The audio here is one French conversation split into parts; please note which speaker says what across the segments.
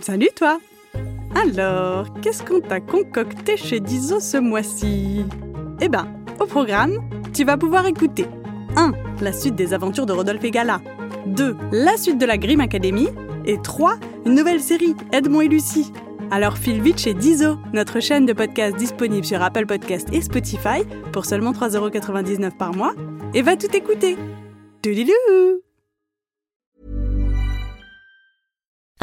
Speaker 1: Salut toi Alors, qu'est-ce qu'on t'a concocté chez Diso ce mois-ci Eh ben, au programme, tu vas pouvoir écouter 1. La suite des aventures de Rodolphe et Gala 2. La suite de la Grimm Academy et 3. Une nouvelle série, Edmond et Lucie alors file vite chez Diso, notre chaîne de podcast disponible sur Apple Podcast et Spotify pour seulement 3,99€ par mois, et va tout écouter. Toodiloo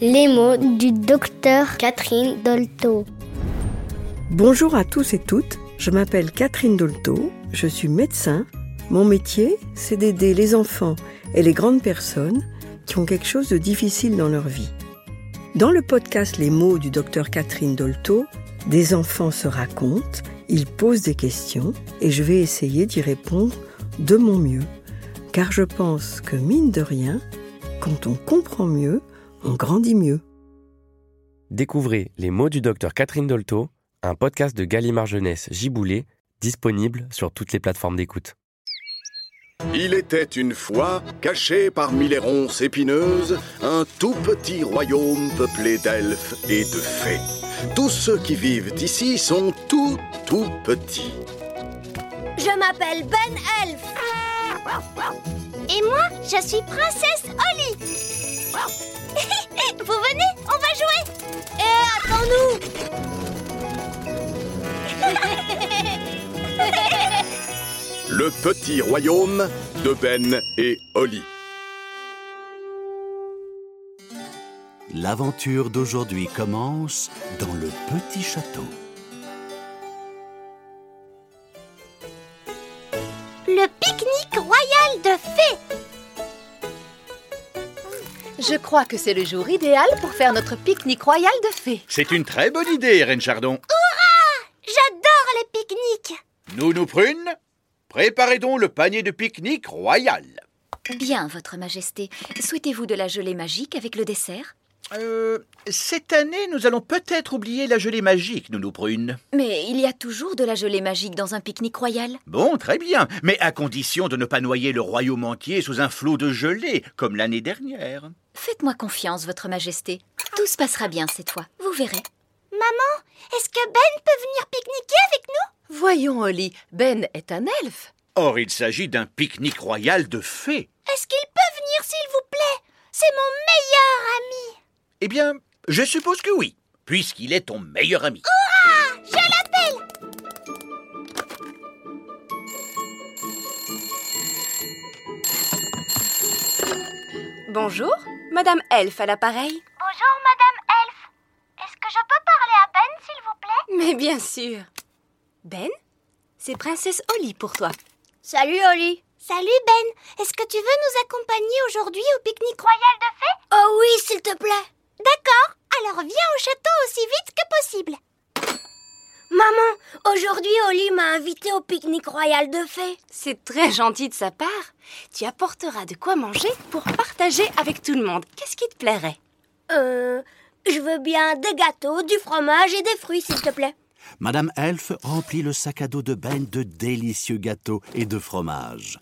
Speaker 2: Les mots du docteur Catherine Dolto.
Speaker 3: Bonjour à tous et toutes, je m'appelle Catherine Dolto, je suis médecin. Mon métier, c'est d'aider les enfants et les grandes personnes qui ont quelque chose de difficile dans leur vie. Dans le podcast Les mots du docteur Catherine Dolto, des enfants se racontent, ils posent des questions et je vais essayer d'y répondre de mon mieux. Car je pense que mine de rien, quand on comprend mieux, on grandit mieux.
Speaker 4: Découvrez Les mots du docteur Catherine Dolto, un podcast de Gallimard Jeunesse Giboulé, disponible sur toutes les plateformes d'écoute.
Speaker 5: Il était une fois, caché parmi les ronces épineuses, un tout petit royaume peuplé d'elfes et de fées. Tous ceux qui vivent ici sont tout, tout petits.
Speaker 6: Je m'appelle Ben Elf.
Speaker 7: Et moi, je suis Princesse Oli.
Speaker 6: Vous venez, on va jouer. Et attends-nous.
Speaker 5: Le petit royaume de Ben et Oli.
Speaker 8: L'aventure d'aujourd'hui commence dans le petit château.
Speaker 7: Le pique-nique royal de fées.
Speaker 9: Je crois que c'est le jour idéal pour faire notre pique-nique royal de fées.
Speaker 10: C'est une très bonne idée, Reine Chardon.
Speaker 7: J'adore les pique-niques.
Speaker 10: Nous nous prunes, préparez donc le panier de pique-nique royal.
Speaker 11: Bien, Votre Majesté. Souhaitez-vous de la gelée magique avec le dessert
Speaker 10: Euh, cette année, nous allons peut-être oublier la gelée magique, nous nous prunes.
Speaker 11: Mais il y a toujours de la gelée magique dans un pique-nique royal.
Speaker 10: Bon, très bien, mais à condition de ne pas noyer le royaume entier sous un flot de gelée, comme l'année dernière.
Speaker 11: Faites-moi confiance, Votre Majesté. Tout se passera bien cette fois. Vous verrez.
Speaker 7: Maman, est-ce que Ben peut venir pique-niquer avec nous
Speaker 9: Voyons, Oli, Ben est un elfe.
Speaker 10: Or, il s'agit d'un pique-nique royal de fées.
Speaker 7: Est-ce qu'il peut venir, s'il vous plaît C'est mon meilleur ami.
Speaker 10: Eh bien, je suppose que oui, puisqu'il est ton meilleur ami.
Speaker 7: Je l'appelle.
Speaker 12: Bonjour, Madame Elf à l'appareil.
Speaker 7: Bonjour, Madame Elf. Est-ce que je peux parler à Ben, s'il vous plaît
Speaker 12: Mais bien sûr. Ben, c'est Princesse Oli pour toi.
Speaker 6: Salut Oli.
Speaker 7: Salut, Ben. Est-ce que tu veux nous accompagner aujourd'hui au pique-nique royal de fées
Speaker 6: Oh oui, s'il te plaît.
Speaker 7: D'accord. Alors viens au château aussi vite que possible.
Speaker 6: Maman, aujourd'hui Oli m'a invité au pique-nique royal de fées.
Speaker 12: C'est très gentil de sa part. Tu apporteras de quoi manger pour partager avec tout le monde. Qu'est-ce qui te plairait
Speaker 6: Euh, je veux bien des gâteaux, du fromage et des fruits, s'il te plaît.
Speaker 8: Madame Elf remplit le sac à dos de Ben de délicieux gâteaux et de fromage.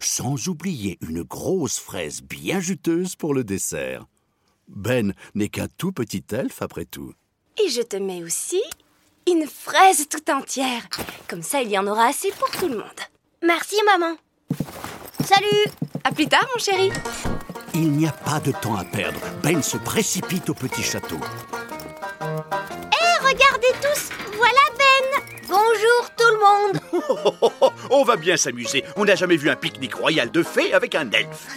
Speaker 8: Sans oublier une grosse fraise bien juteuse pour le dessert. Ben n'est qu'un tout petit elfe après tout.
Speaker 12: Et je te mets aussi une fraise tout entière. Comme ça, il y en aura assez pour tout le monde.
Speaker 6: Merci, maman. Salut.
Speaker 12: À plus tard, mon chéri.
Speaker 8: Il n'y a pas de temps à perdre. Ben se précipite au petit château.
Speaker 7: Et Eh, regardez tous, voilà Ben.
Speaker 6: Bonjour tout le monde.
Speaker 10: Oh, On va bien s'amuser. On n'a jamais vu un pique-nique royal de fées avec un elfe.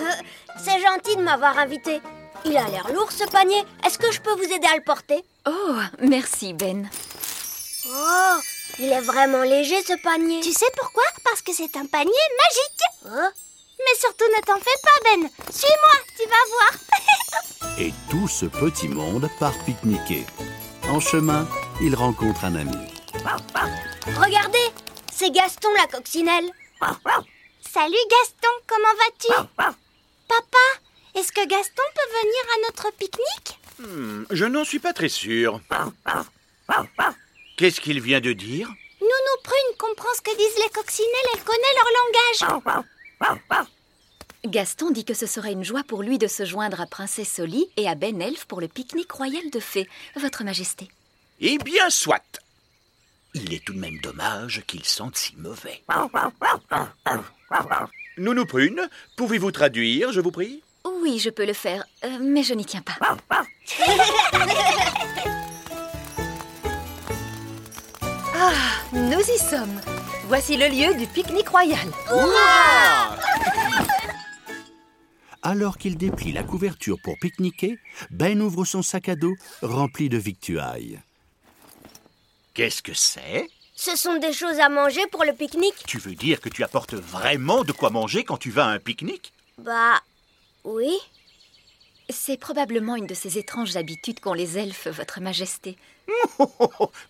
Speaker 6: C'est gentil de m'avoir invité. Il a l'air lourd ce panier. Est-ce que je peux vous aider à le porter
Speaker 11: Oh, merci, Ben.
Speaker 6: Oh, il est vraiment léger ce panier.
Speaker 7: Tu sais pourquoi Parce que c'est un panier magique.
Speaker 6: Hein
Speaker 7: Mais surtout ne t'en fais pas, Ben. Suis-moi, tu vas
Speaker 8: voir. et tout ce petit monde part pique-niquer. En chemin, il rencontre un ami.
Speaker 6: Regardez, c'est Gaston la coccinelle.
Speaker 7: Salut Gaston, comment vas-tu Papa, est-ce que Gaston peut venir à notre pique-nique
Speaker 10: Hmm, je n'en suis pas très sûr. Qu'est-ce qu'il vient de dire
Speaker 7: Nounou Prune comprend ce que disent les coccinelles, elle connaît leur langage.
Speaker 11: Gaston dit que ce serait une joie pour lui de se joindre à Princesse Oli et à Ben Elf pour le pique-nique royal de fées, Votre Majesté.
Speaker 10: Eh bien, soit. Il est tout de même dommage qu'il sente si mauvais. Nounou Prune, pouvez-vous traduire, je vous prie
Speaker 11: Oui, je peux le faire, euh, mais je n'y tiens pas.
Speaker 9: Ah, nous y sommes. Voici le lieu du pique-nique royal.
Speaker 8: Alors qu'il déplie la couverture pour pique-niquer, Ben ouvre son sac à dos rempli de victuailles.
Speaker 10: Qu'est-ce que c'est
Speaker 6: Ce sont des choses à manger pour le pique-nique
Speaker 10: Tu veux dire que tu apportes vraiment de quoi manger quand tu vas à un pique-nique
Speaker 6: Bah, oui.
Speaker 11: C'est probablement une de ces étranges habitudes qu'ont les elfes, Votre Majesté.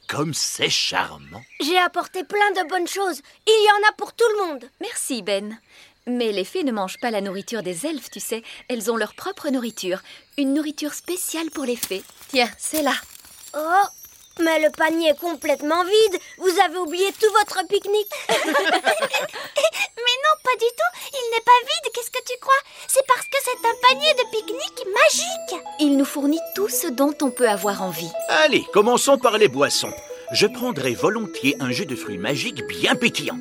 Speaker 10: Comme c'est charmant.
Speaker 6: J'ai apporté plein de bonnes choses. Il y en a pour tout le monde.
Speaker 11: Merci, Ben. Mais les fées ne mangent pas la nourriture des elfes, tu sais. Elles ont leur propre nourriture. Une nourriture spéciale pour les fées. Tiens, c'est là.
Speaker 6: Oh, mais le panier est complètement vide. Vous avez oublié tout votre pique-nique.
Speaker 7: Mais non, pas du tout. Il n'est pas vide, qu'est-ce que tu crois C'est parce que c'est un panier de pique-nique magique.
Speaker 11: Il nous fournit tout ce dont on peut avoir envie.
Speaker 10: Allez, commençons par les boissons. Je prendrai volontiers un jus de fruits magiques bien pétillant.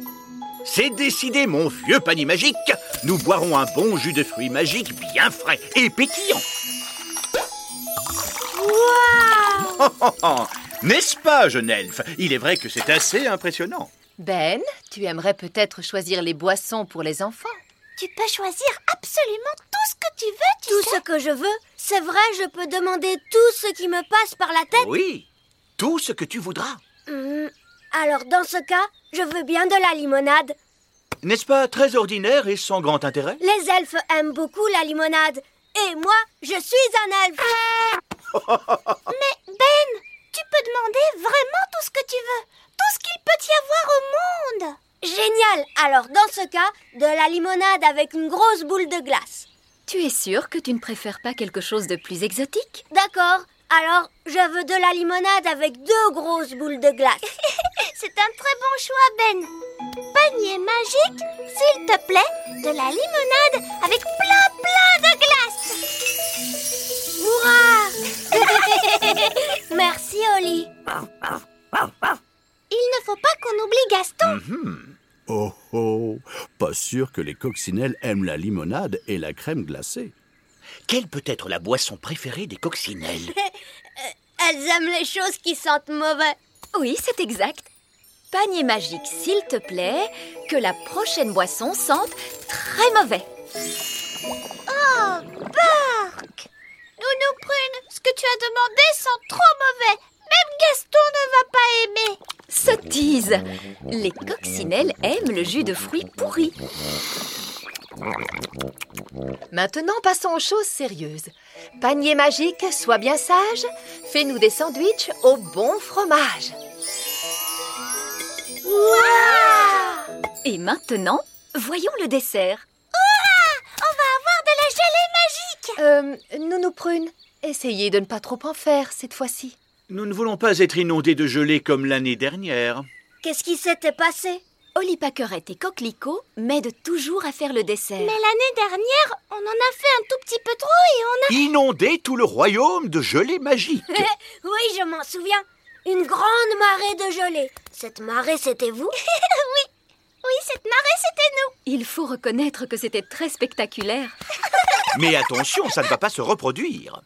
Speaker 10: C'est décidé, mon vieux panier magique. Nous boirons un bon jus de fruits magiques bien frais et pétillant.
Speaker 7: Waouh
Speaker 10: N'est-ce pas, jeune elfe Il est vrai que c'est assez impressionnant.
Speaker 9: Ben, tu aimerais peut-être choisir les boissons pour les enfants.
Speaker 7: Tu peux choisir absolument tout ce que tu veux, tu
Speaker 6: Tout
Speaker 7: sais.
Speaker 6: ce que je veux, c'est vrai, je peux demander tout ce qui me passe par la tête.
Speaker 10: Oui, tout ce que tu voudras.
Speaker 6: Hmm, alors, dans ce cas, je veux bien de la limonade.
Speaker 10: N'est-ce pas très ordinaire et sans grand intérêt
Speaker 6: Les elfes aiment beaucoup la limonade. Et moi, je suis un elfe.
Speaker 7: Mais Ben, tu peux demander vraiment tout ce que tu veux, tout ce qu'il peut y avoir au monde.
Speaker 6: Génial Alors, dans ce cas, de la limonade avec une grosse boule de glace.
Speaker 11: Tu es sûr que tu ne préfères pas quelque chose de plus exotique
Speaker 6: D'accord Alors, je veux de la limonade avec deux grosses boules de glace.
Speaker 7: C'est un très bon choix, Ben. Panier magique, s'il te plaît, de la limonade avec plein plein de glace. Hurrah
Speaker 6: Merci, Oli.
Speaker 7: Il ne faut pas qu'on oublie Gaston.
Speaker 8: Oh oh Pas sûr que les coccinelles aiment la limonade et la crème glacée.
Speaker 10: Quelle peut être la boisson préférée des coccinelles
Speaker 6: Elles aiment les choses qui sentent mauvais.
Speaker 11: Oui, c'est exact. Panier magique, s'il te plaît, que la prochaine boisson sente très mauvais.
Speaker 7: Oh, Bark Nounou Prune, ce que tu as demandé sent trop mauvais. Même Gaston ne va pas aimer.
Speaker 11: Sottise Les coccinelles aiment le jus de fruits pourri.
Speaker 9: Maintenant, passons aux choses sérieuses. Panier magique, sois bien sage. Fais-nous des sandwichs au bon fromage.
Speaker 11: Et maintenant, voyons le dessert.
Speaker 7: On va avoir de la gelée magique.
Speaker 9: Euh, nounou prune, essayez de ne pas trop en faire cette fois-ci.
Speaker 10: Nous ne voulons pas être inondés de gelée comme l'année dernière.
Speaker 6: Qu'est-ce qui s'était passé
Speaker 11: Oli Paquerette et Coquelicot m'aident toujours à faire le dessert.
Speaker 7: Mais l'année dernière, on en a fait un tout petit peu trop et on a...
Speaker 10: Inonder tout le royaume de gelée magique.
Speaker 6: Oui, je m'en souviens. Une grande marée de gelée. Cette marée, c'était vous
Speaker 7: oui, oui, cette marée, c'était nous.
Speaker 11: Il faut reconnaître que c'était très spectaculaire.
Speaker 10: Mais attention, ça ne va pas se reproduire.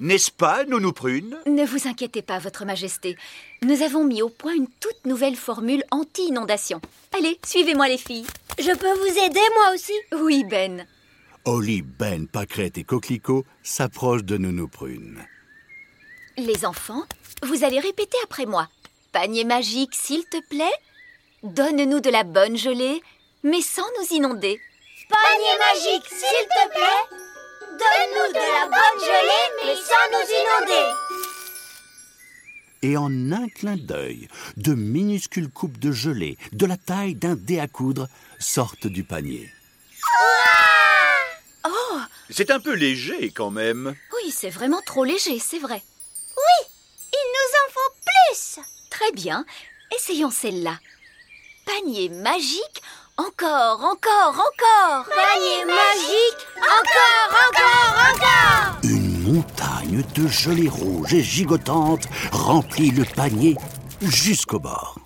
Speaker 10: N'est-ce pas, Nounou Prune
Speaker 11: Ne vous inquiétez pas, Votre Majesté. Nous avons mis au point une toute nouvelle formule anti-inondation. Allez, suivez-moi les filles.
Speaker 6: Je peux vous aider, moi aussi
Speaker 11: Oui, Ben.
Speaker 8: Oli, Ben, Pâquerette et Coquelicot s'approchent de Nounou Prune.
Speaker 11: Les enfants, vous allez répéter après moi. Panier magique, s'il te plaît. Donne-nous de la bonne gelée, mais sans nous inonder.
Speaker 7: Panier magique, s'il te plaît, donne-nous de la bonne gelée, mais sans nous inonder.
Speaker 8: Et en un clin d'œil, de minuscules coupes de gelée, de la taille d'un dé à coudre, sortent du panier.
Speaker 11: Oh
Speaker 10: C'est un peu léger quand même.
Speaker 11: Oui, c'est vraiment trop léger, c'est vrai.
Speaker 7: Oui, il nous en faut plus.
Speaker 11: Très bien, essayons celle-là. Panier magique, encore, encore, encore.
Speaker 7: Panier magique, encore, encore, encore.
Speaker 8: Une montagne de gelée rouge et gigotante remplit le panier jusqu'au bord.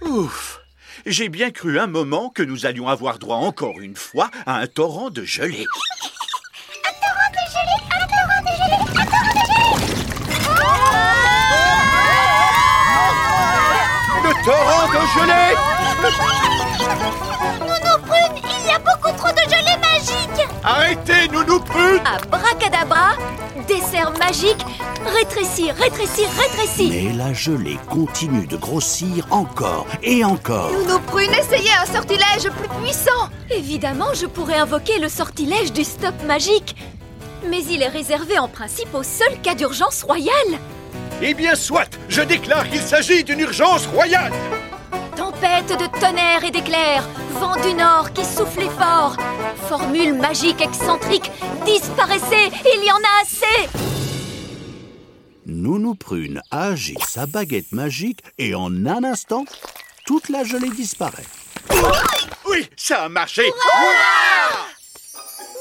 Speaker 10: Ouf J'ai bien cru un moment que nous allions avoir droit encore une fois à un torrent de gelée.
Speaker 7: Un torrent de gelée, un torrent de gelée, un torrent de gelée.
Speaker 10: Le torrent de gelée
Speaker 7: Nounou Prune, il y a beaucoup trop de gelée magique.
Speaker 10: Arrêtez, nounou prune
Speaker 11: Abracadabra, dessert magique, rétrécir, rétrécir, rétrécir.
Speaker 8: Mais la gelée continue de grossir encore et encore.
Speaker 9: Nous prunes essayaient un sortilège plus puissant.
Speaker 11: Évidemment, je pourrais invoquer le sortilège du stop magique. Mais il est réservé en principe au seul cas d'urgence royale.
Speaker 10: Eh bien soit, je déclare qu'il s'agit d'une urgence royale
Speaker 11: Tempête de tonnerre et d'éclairs, vent du nord qui soufflait fort. Formule magique excentrique, disparaissez, il y en a assez.
Speaker 8: Nounou Prune agite sa baguette magique et en un instant, toute la gelée disparaît.
Speaker 10: Oui, ça a marché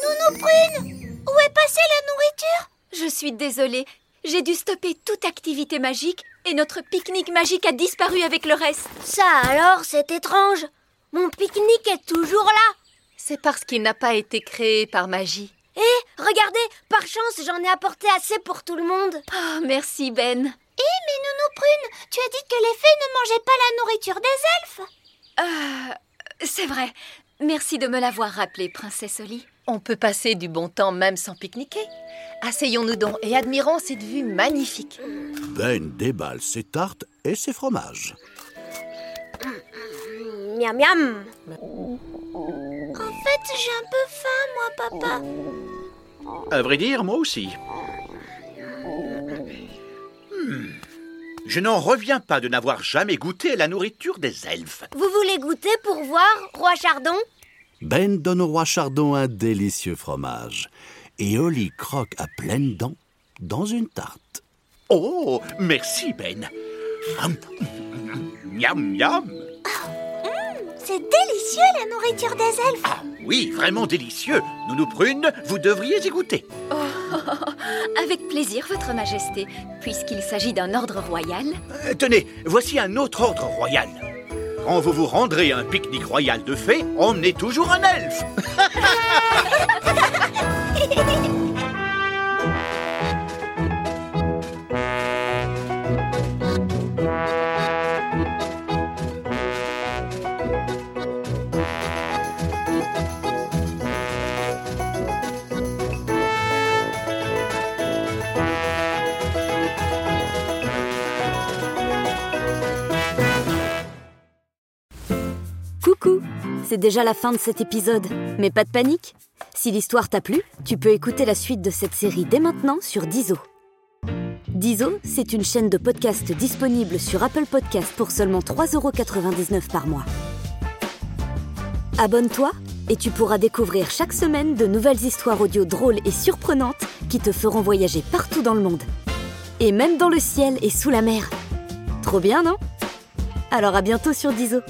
Speaker 7: Nounou Prune, où est passée la nourriture
Speaker 11: Je suis désolée, j'ai dû stopper toute activité magique et notre pique-nique magique a disparu avec le reste.
Speaker 6: Ça alors, c'est étrange. Mon pique-nique est toujours là.
Speaker 9: C'est parce qu'il n'a pas été créé par magie.
Speaker 6: Eh, regardez, par chance, j'en ai apporté assez pour tout le monde.
Speaker 11: Oh, merci
Speaker 7: Eh, mais
Speaker 11: Ben.
Speaker 7: Nounou Prune, tu as dit que les fées ne mangeaient pas la nourriture des elfes.
Speaker 11: Euh, c'est vrai. Merci de me l'avoir rappelé, princesse Oli.
Speaker 9: On peut passer du bon temps même sans pique-niquer. Asseyons-nous donc et admirons cette vue magnifique.
Speaker 8: Ben déballe ses tartes et ses fromages.
Speaker 6: Miam miam.
Speaker 7: En fait, j'ai un peu faim, moi, papa.
Speaker 10: À vrai dire, moi aussi. Hmm. Je n'en reviens pas de n'avoir jamais goûté à la nourriture des elfes.
Speaker 6: Vous voulez goûter pour voir, roi Chardon
Speaker 8: Ben donne au roi Chardon un délicieux fromage. Et Oli croque à pleines dents dans une tarte.
Speaker 10: Oh, merci Ben. Hum, Miam miam.
Speaker 7: C'est délicieux, la nourriture des elfes.
Speaker 10: Ah oui, vraiment délicieux. Nounou Prune, vous devriez y goûter.
Speaker 11: Avec plaisir, Votre Majesté, puisqu'il s'agit d'un ordre royal.
Speaker 10: Euh, tenez, voici un autre ordre royal. Quand vous vous rendrez à un pique-nique royal de fées, emmenez toujours un elfe.
Speaker 13: Coucou C'est déjà la fin de cet épisode, mais pas de panique Si l'histoire t'a plu, tu peux écouter la suite de cette série dès maintenant sur Diso. Diso, c'est une chaîne de podcast disponible sur Apple Podcasts pour seulement 3,99€ par mois. Abonne-toi et tu pourras découvrir chaque semaine de nouvelles histoires audio drôles et surprenantes qui te feront voyager partout dans le monde. Et même dans le ciel et sous la mer. Trop bien, non Alors à bientôt sur Diso.